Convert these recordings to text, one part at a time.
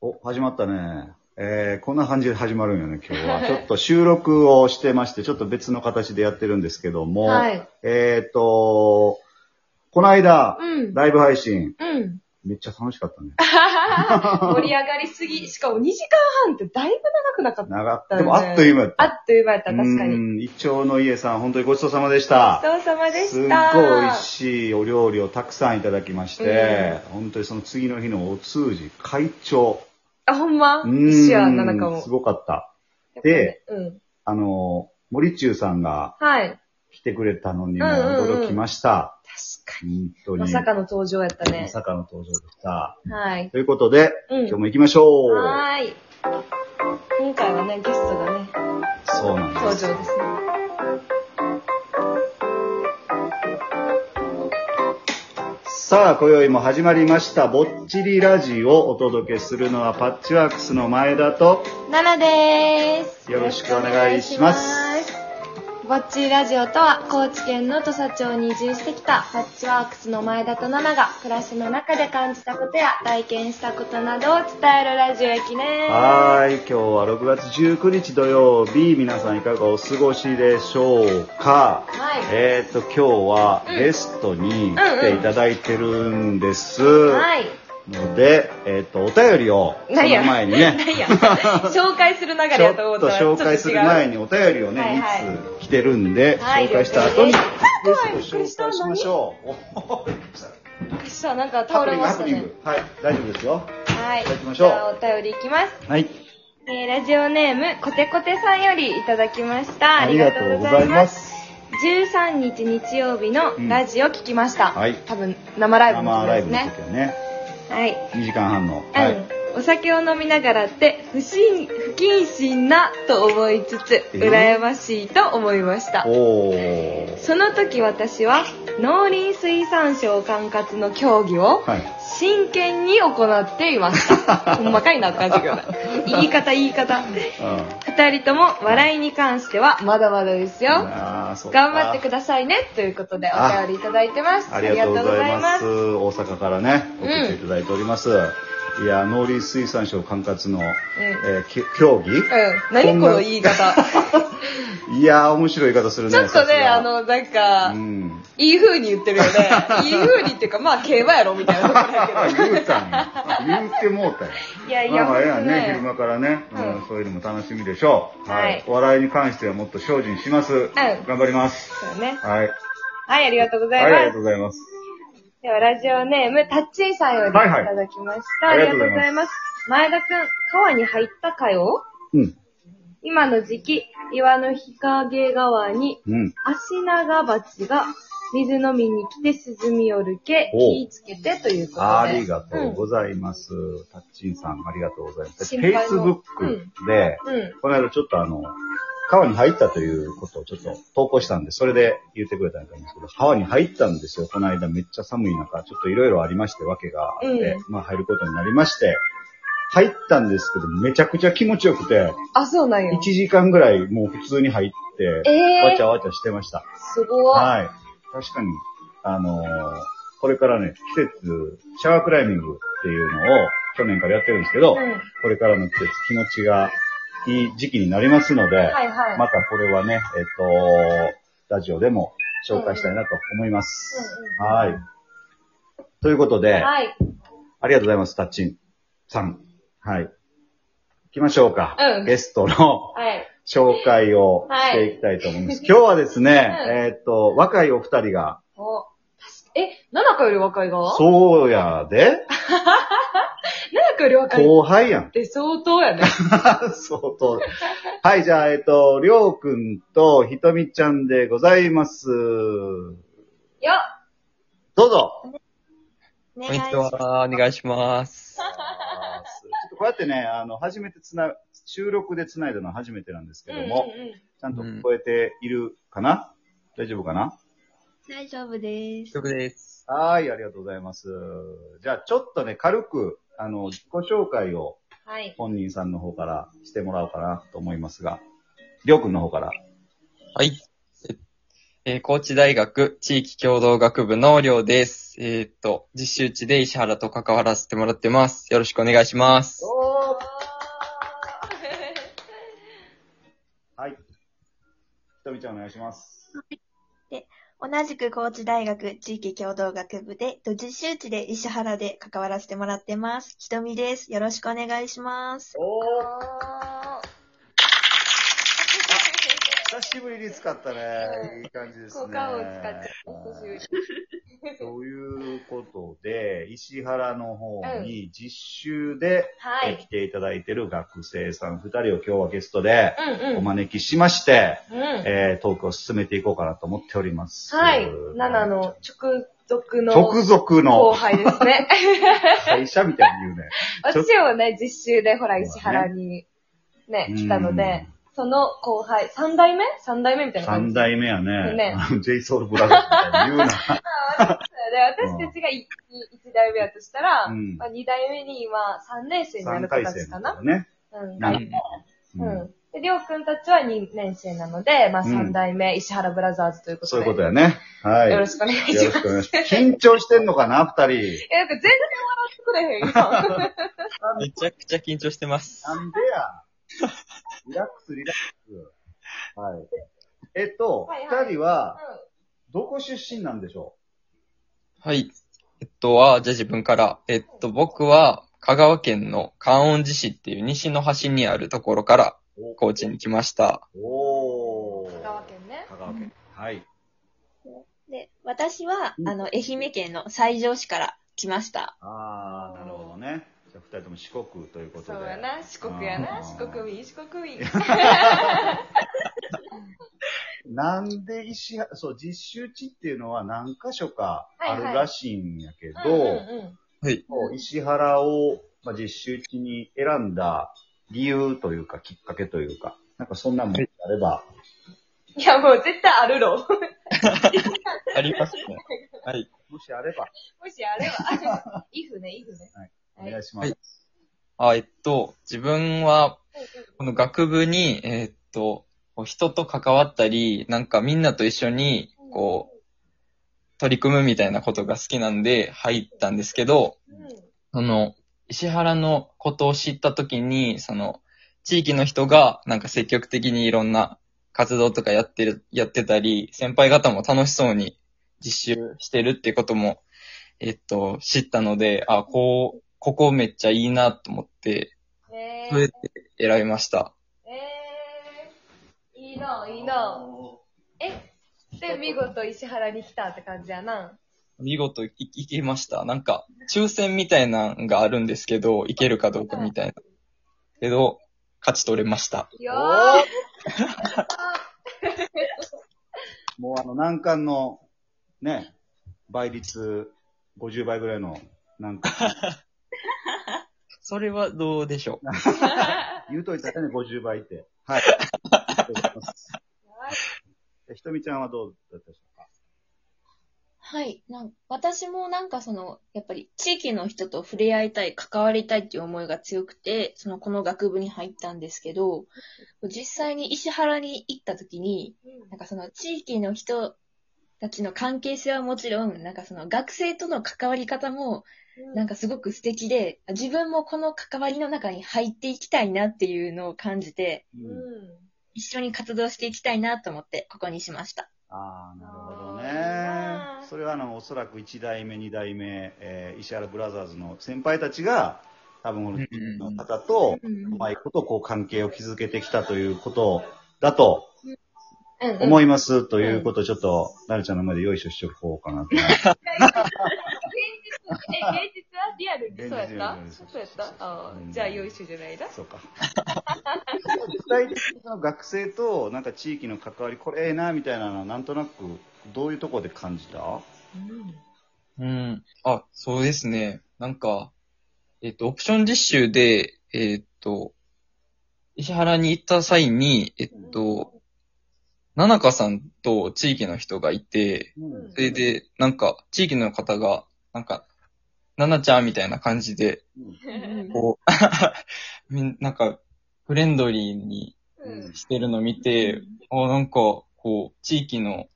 お、始まったね。えー、こんな感じで始まるんよね、今日は。 ちょっと収録をしてまして、ちょっと別の形でやってるんですけども、はいえっ、と、この間、うん。ライブ配信、うん。めっちゃ楽しかったね。盛り上がりすぎ。しかも2時間半ってだいぶ長くなかっ長たっ、でもあっという間やった。あっという間やった、確かうに。ん、一丁の家さん、本当にごちそうさまでした。ごちそうさまですっしごいた。美味しいお料理をたくさんいただきまして、本当にその次の日のお通じ、会長。あ、ほんまうん一緒やんな、なんかもす。ごかった。で、うん。あの、森中さんがはい。来てくれたのにもうんうんうん驚きました。確本当かに。に。まさかの登場やったまね。さかの登場でした。はい。ということで、うん今日も行きましょう。はーい。今回はね、ゲストがね、そうなんです。登場ですね。さあ、今宵も始まりました、ぼっちりラジオをお届けするのは、パッチワークスの前田と、奈々です。よろしくお願いしますぼっちーラジオとは、高知県の土佐町に移住してきたパッチワークスの前田と奈々が暮らしの中で感じたことや体験したことなどを伝えるラジオ駅ね。はーい、今日は6月19日土曜日、皆さんいかがお過ごしでしょうか。はい。えっ、ー、と、今日はうんゲストに来ていただいてるんです。はい。ので、えっ、と、お便りを、その何や前に ね、 何や。紹介する流れちょやっと思っとたら。紹介する前にお便りをね、はいいはいつ来てるんで、はい紹介した後に、了 ゲ解ですあ怖いストを紹介しましょう。おーちょっと違う。さあ、なんかハ倒プニれング、まハしプたニング。はい、大丈ね。夫ですよ。はい。いただきましょうじゃあ、お便りいきます。はい。えーラジオネーム、コテコテさんよりいただきました。ありがとうございます。 13日日曜日のラジオ聞きました、うんはい多分生ライブの生時ラでイすブのね時はね、はい、 2時間半の。はい。うんお酒を飲みながらって不審不謹慎なと思いつつえ羨ましいと思いましたおお。その時私は農林水産省管轄の競技をはい。真剣に行っていま した。ほんまかいな、感じが。言い方、言い方。う二人とも笑いに関してはまだまだですん。よ。ああ、そうか頑張ってくださいねということでお便りいただいてます。ありがとうございます。ありがとうござい大阪からね、送っていただいております。いや、農林水産省管轄の、えーき競技ますうん、何ここんのな言い方。いやー、面白い言い方するね。ちょっさとすね、があ、の、なんか、うん。いい風に言って るよね。いい風にっていうか、まあ、競馬やろみたいなところだあ言うたんや言うてもうたよ。けど。いやいや、まあまあ、ええやん本当ね、昼間からね、うんうん、そういうのも楽しみでしょう。はいお笑いに関してはもっと精進します。頑張ります。そうね。はい。はい、ありがとうござはい、ありいがまとす。うございます。では、ラジオネーム、タッチーさんよりいただきました。はいはいありがとうございます。前田くん、川に入ったかようん。今の時期、岩の日陰川にうん。足長鉢が水飲みに来て沈み寄るけ、おう気ぃつけてということで。ありがとうございざいます。タッチンさん、ありがとうございます。心配の Facebook で、ます。うん。この間ちょっとあの、川に入ったということをちょっと投稿したんで、それで言ってくれたんですけど、川に入ったんですよ。この間めっちゃ寒い中、ちょっといろいろありまして、わけがあって、うまあ入ることになりまして、入ったんですけど、めちゃくちゃ気持ちよくて、あ、そうなんや。 1時間ぐらいもう普通に入って、えわえちゃわちゃしてました。すごい。はい。確かに、あのーこれからね、季節、シャワークライミングっていうのを去年からやってるんですけど、うん。これからの季節気持ちがいい時期になりますので、はいはい。またこれはね、えっ、とラジオでも紹介したいなと思います。うんうんはい。ということで、はい。ありがとうございます、タッチンさん。はい。行きましょうか。うんゲストのはい。紹介をしていきたいと思います。今日はですね、うんえっと、若いお二人が、おえ、ななかより若いがなそうやで、なかより若いっ後輩やん。て相当やね。 相当。はい、じゃあ、えっと、りょうくんとひとみちゃんでございます。よどうぞ。おこんにちは、お願いします。ちょっとこうやってね、あの、初めてつな、収録でつないだのは初めてなんですけうどんうんも、うん。ちゃんと聞こえているかな、大丈夫かな大丈夫です。曲です。はーい、ありがとうございます。じゃあ、ちょっとね、軽く、あの、自己紹介をはい。本人さんの方からしてもらおうかなと思いますが、りょうくんの方から。はい。ええー高知大学地域共同学部のりょうです。えーっと、実習地で石原と関わらせてもらってます。よろしくお願いします。おとみちゃんお願いします。同じく高知大学地域共同学部で、土地周知で石原で関わらせてもらってます。ひとみです。よろしくお願いします。おおー、ー久しぶりに使ったね。いい感じですね。効果音使っちゃった。久しぶり。ということで、石原の方に実習では来い。ていただいてる学生さん2人を今日はゲストでうんうおん。招きしまして、うん。えートークを進めていこうかなと思っております。はい。7の直属の直属後の輩です ね。 会社みたいに言うね。私もね、実習でほら、石原にね、 来たので、その後輩、3代目 ?3 代目みたいな感三じ。代目やね。ね JSOUL ブラザーズみたいに言 うな。で、私たちが 1, 代目やとしたら、うんまあ、2代目に今3年生にな三る子回た生ちかだからな。ね。うん。なうるん。うん。で、りょうくんたちは2年生なので、まあ3代目、石原ブラザーズということそういで。うことやね。はい。よろししくお願いします。よろしくお願いしま す。緊張してんのかな、二人。え、なんか全然笑 ってくれへんよ。めちゃくちゃ緊張してます。なんでや。リラックス、リラックス。はい。えっとはい、二、はい人は、どこ出身なんでしょはい。えっと、あ、じゃあ自分から。えっと、僕は、香川県の観音寺市っていう西の端にあるところから、うお高知に来ました。おー香川。県ね。香川県。はい。で、私はう、んあの、愛媛県の西条市から来ました。あー、なるほどね。じゃあ二人とも四国ということそで。うやな、四国やあな、四ー国民、四国民。なんで石原、そう、実習地っていうのは何箇所かあるはいはいらしいんやけど、うんうんそう石原を、まあ、実習地に選んだ理由というか、きっかけというか、なんかそんなもんあれば、 うんいや、もう絶対あるろ。 もありますね。はい。もしあれば、しあれ ば。イフね、イフね。お願いします。はいあ、えっと、自分は、この学部に、えっと、こう人と関わったり、なんかみんなと一緒に、こう、取り組むみたいなことが好きなんで入ったんですけど、うん。その、石原のことを知ったときに、その、地域の人がなんか積極的にいろんな活動とかやってる、やってたり、先輩方も楽しそうに実習してるってことも、えっと、知ったので、あ、こう、ここめっちゃいいなと思って、えそーれで選びました。えー、いいな、いいな。え、で、見事石原に来たって感じやな。見事いいけました。なんか、抽選みたいなのがあるんですけど、いけるかどうかみたいな。けど、勝ち取れました。よおーーもうあの、難関の、ね、倍率50倍ぐらいの、なんか、それはどうでしょう言うといたらね、50倍って。 はい。ありがとうございますでひとみちゃんはどうだったでしょうかはい。なん私もなんかその、やっぱり地域の人と触れ合いたい、関わりたいっていう思いが強くて、その、この学部に入ったんですけど、実際に石原に行った時に、なんかその地域の人たちの関係性はもちろん、なんかその学生との関わり方も、なんか、かすごく素敵で、自分もこの関わりの中に入っていきたいなっていうのを感じて、ううんん。一緒に活動していきたいなと思って、ここにしました。ああ、なるほどあーね。それはあの、おそらく1代目、2代目、えー石原ブラザーズの先輩たちが、多分このうんうんうんの方と、うんうまいことこう関係を築けてきたということだとうんうん、思います、ということをちょっと、なるちゃんの前でよいしょしとこうかなと。現実、え、現実はリアルに現そうやっ実はリアたルにそうやったあうーんじゃあ、よいしょじゃないだ。そうか。具体的にその学生となんか地域の関わり、これええな、みたいなのはなんとなく、どういうところで感じたうん。あ、そうですね。なんか、えっ、と、オプション実習で、えっ、と、石原に行った際に、えっ、と、ななかさんと地域の人がいて、うんそれで、なんか、地域の方が、なんか、ななちゃんみたいな感じで、こう、 みんなんか、フレンドリーにうん。してるの見て、あ、なんか、こう、地域の、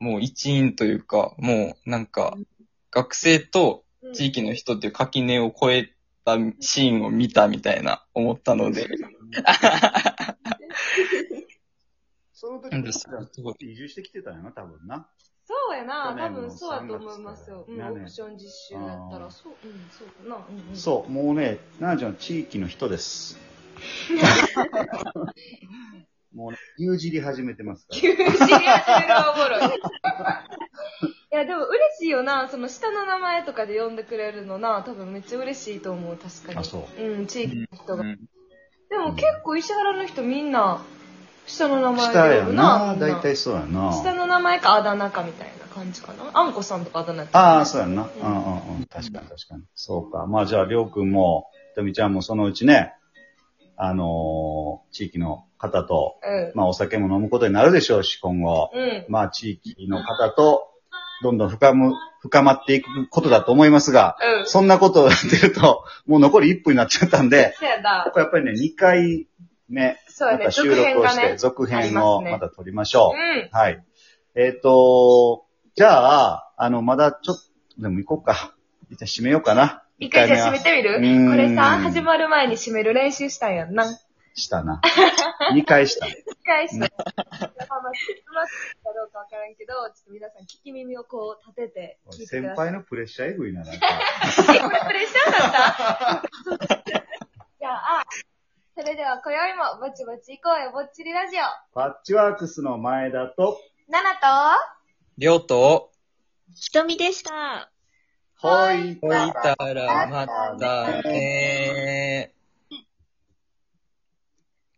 もう一員というか、もう、なんか、学生とうん地域の人っていう垣根を越えたシーンを見たみたいな思ったので、その時なんかすごい。移住してきてたんやな、多分な。そうやな。去多年の分そうやと思いますよ。う3月かん、らオねプション実習やったら、そう、うん、そうかな。うん、うん。そう、もうね、ななちゃんは地域の人 です。もうね、牛耳り始めてますから。急に始めるがおもろい。いや、でも嬉しいよな。その下の名前とかで呼んでくれるのな、多分めっちゃ嬉しいと思う、確かに。。あそうん、地域の人うが。ん。でも結構石原の人みんな、下の名下前でや呼ぶな、な。みんなだいたいそうやな。下の名前かあだ名かみたいな感じかな。あんこさんとかあだ名やったああ、そうやんな。んうんうんうん。確かに確かに。そうか。まあじゃあ、りょうくんも、とみちゃんもそのうちね、あのー地域の方と、うん。まあお酒も飲むことになるでしょうし、今後。うん。まあ地域の方と、どんどん深む、深まっていくことだと思いますが、うん。そんなことをやってると、 もう残り1分になっちゃったんで、そうやこな。こやっぱりね、2回目、そうやまね。た収続録編をがして、ね。続あり編ますをねまた撮りましょう。うん。はい。えっ、と、じゃあ、あの、まだちょっと、でも行こうか。じゃあ閉めようかな。一回じゃあ締めてみ一回目るはこれさ、うん始まる前に締める練習したんやんな。した な。2回した。一回しか、まあまあ、うまくいくかどうかわからんけど、ちょっと皆さん聞き耳をこう立てて聞いて先ください。輩のプレッシャーえぐいな、なんか。え、これプレッシャーだったじゃあ、それでは今宵もぼちぼち行こうよ、ぼっちりラジオ。パッチワークスの前だと、ナナりょうと、ひとみでした。ほいほいたらまたねー。